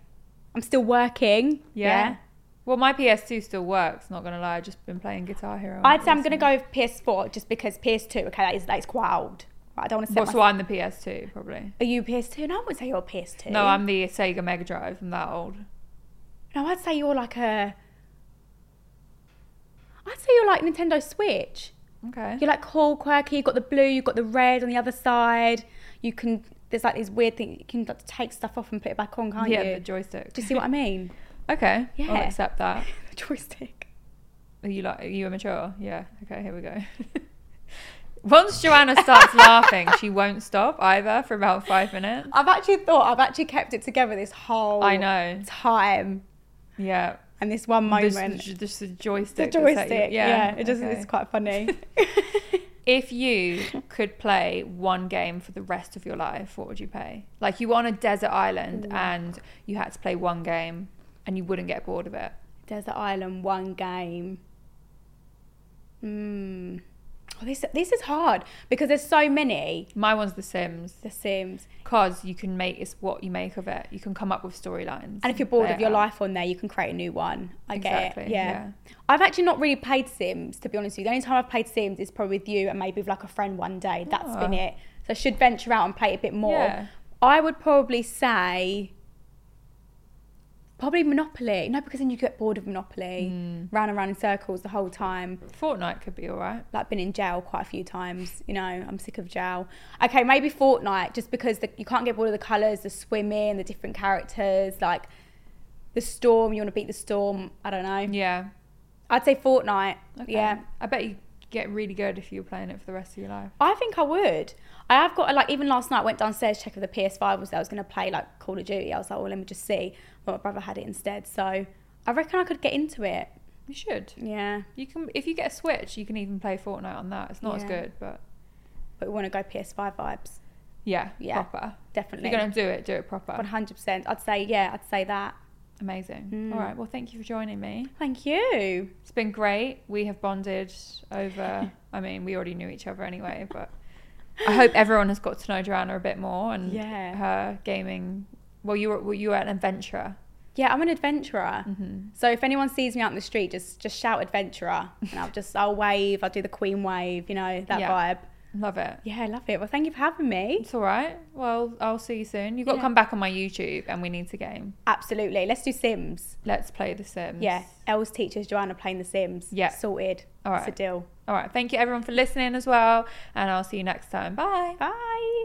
I'm still working. Yeah. Well, my PS2 still works. Not gonna lie, I've just been playing Guitar Hero. I'd say I'm going to go with PS4 just because PS2, okay, that is, that is quite old. Right, I don't want to say Well, so I'm the PS2 probably. Are you PS2? No, I wouldn't say you're PS2. No, I'm the Sega Mega Drive. I'm that old. No, I'd say you're like a. I'd say you're like Nintendo Switch. Okay. You're like cool, quirky. You've got the blue, you've got the red on the other side. You can. There's like these weird things. You can like, take stuff off and put it back on, can't yeah, you? the joystick. Do you see what I mean? okay. Yeah. I'll accept that. the joystick. Are you like are you immature? Yeah. Okay, here we go. Once Joanna starts laughing, she won't stop either for about five minutes. I've actually thought, I've actually kept it together this whole I know. time Yeah. and this one This, moment. this is a joystick. the that's joystick. at you. Yeah, it just okay. it's quite funny. If you could play one game for the rest of your life, what would you play? Like you were on a desert island and you had to play one game and you wouldn't get bored of it. Desert Island, one game. Oh, this this is hard because there's so many My one's The Sims The Sims, because you can make it's what you make of it. You can come up with storylines. and if you're bored of your later. life on there, you can create a new one. I get it. Exactly, Yeah. yeah. I've actually not really played Sims to be honest with you. The only time I've played Sims is probably with you and maybe with like a friend one day. That's been it. So I should venture out and play it a bit more. Ah. Yeah. I would probably say. Probably Monopoly. No, because then you get bored of Monopoly. Hmm. Round and round in circles the whole time. Fortnite could be all right. like been in jail quite a few times. You know, I'm sick of jail. Okay, maybe Fortnite, just because the, you can't get bored of the colours, the swimming, the different characters, like the storm. You want to beat the storm. I don't know. Yeah. I'd say Fortnite. Yeah, I bet you get really good if you're playing it for the rest of your life. I think I would. I have got like even last night I went downstairs to check if the PS5 was there. I was going to play like Call of Duty. I was like, well, let me just see. But my brother had it instead, so I reckon I could get into it. You should. Yeah, You can if you get a Switch, you can even play Fortnite on that. It's not as Yeah. good, but but we want to go PS5 vibes. yeah, Yeah, proper. If definitely. you're gonna do it, do it proper. 100%. I'd say yeah. I'd say that. Amazing. Hmm. All right. Well, thank you for joining me. Thank you. It's been great. We have bonded over. I mean, we already knew each other anyway, but I hope everyone has got to know Joanna a bit more and Yeah. her gaming. Well, you were well, you were an adventurer. Yeah, I'm an adventurer. Mm-hmm. So if anyone sees me out in the street, just just shout adventurer, and I'll just I'll wave. I'll do the queen wave. You know that Yeah. vibe. Love it. Yeah, I love it. Well, thank you for having me. It's all right. Well, I'll see you soon. You've got to come back on my YouTube, and we need to game. Absolutely. Let's do Sims. Let's play The Sims. Yeah, Elle's teachers Joanna playing the Sims. Yeah. sorted. All it's a right. deal. All right. Thank you everyone for listening as well, and I'll see you next time. Bye. Bye.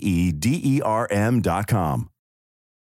E D E R M.com.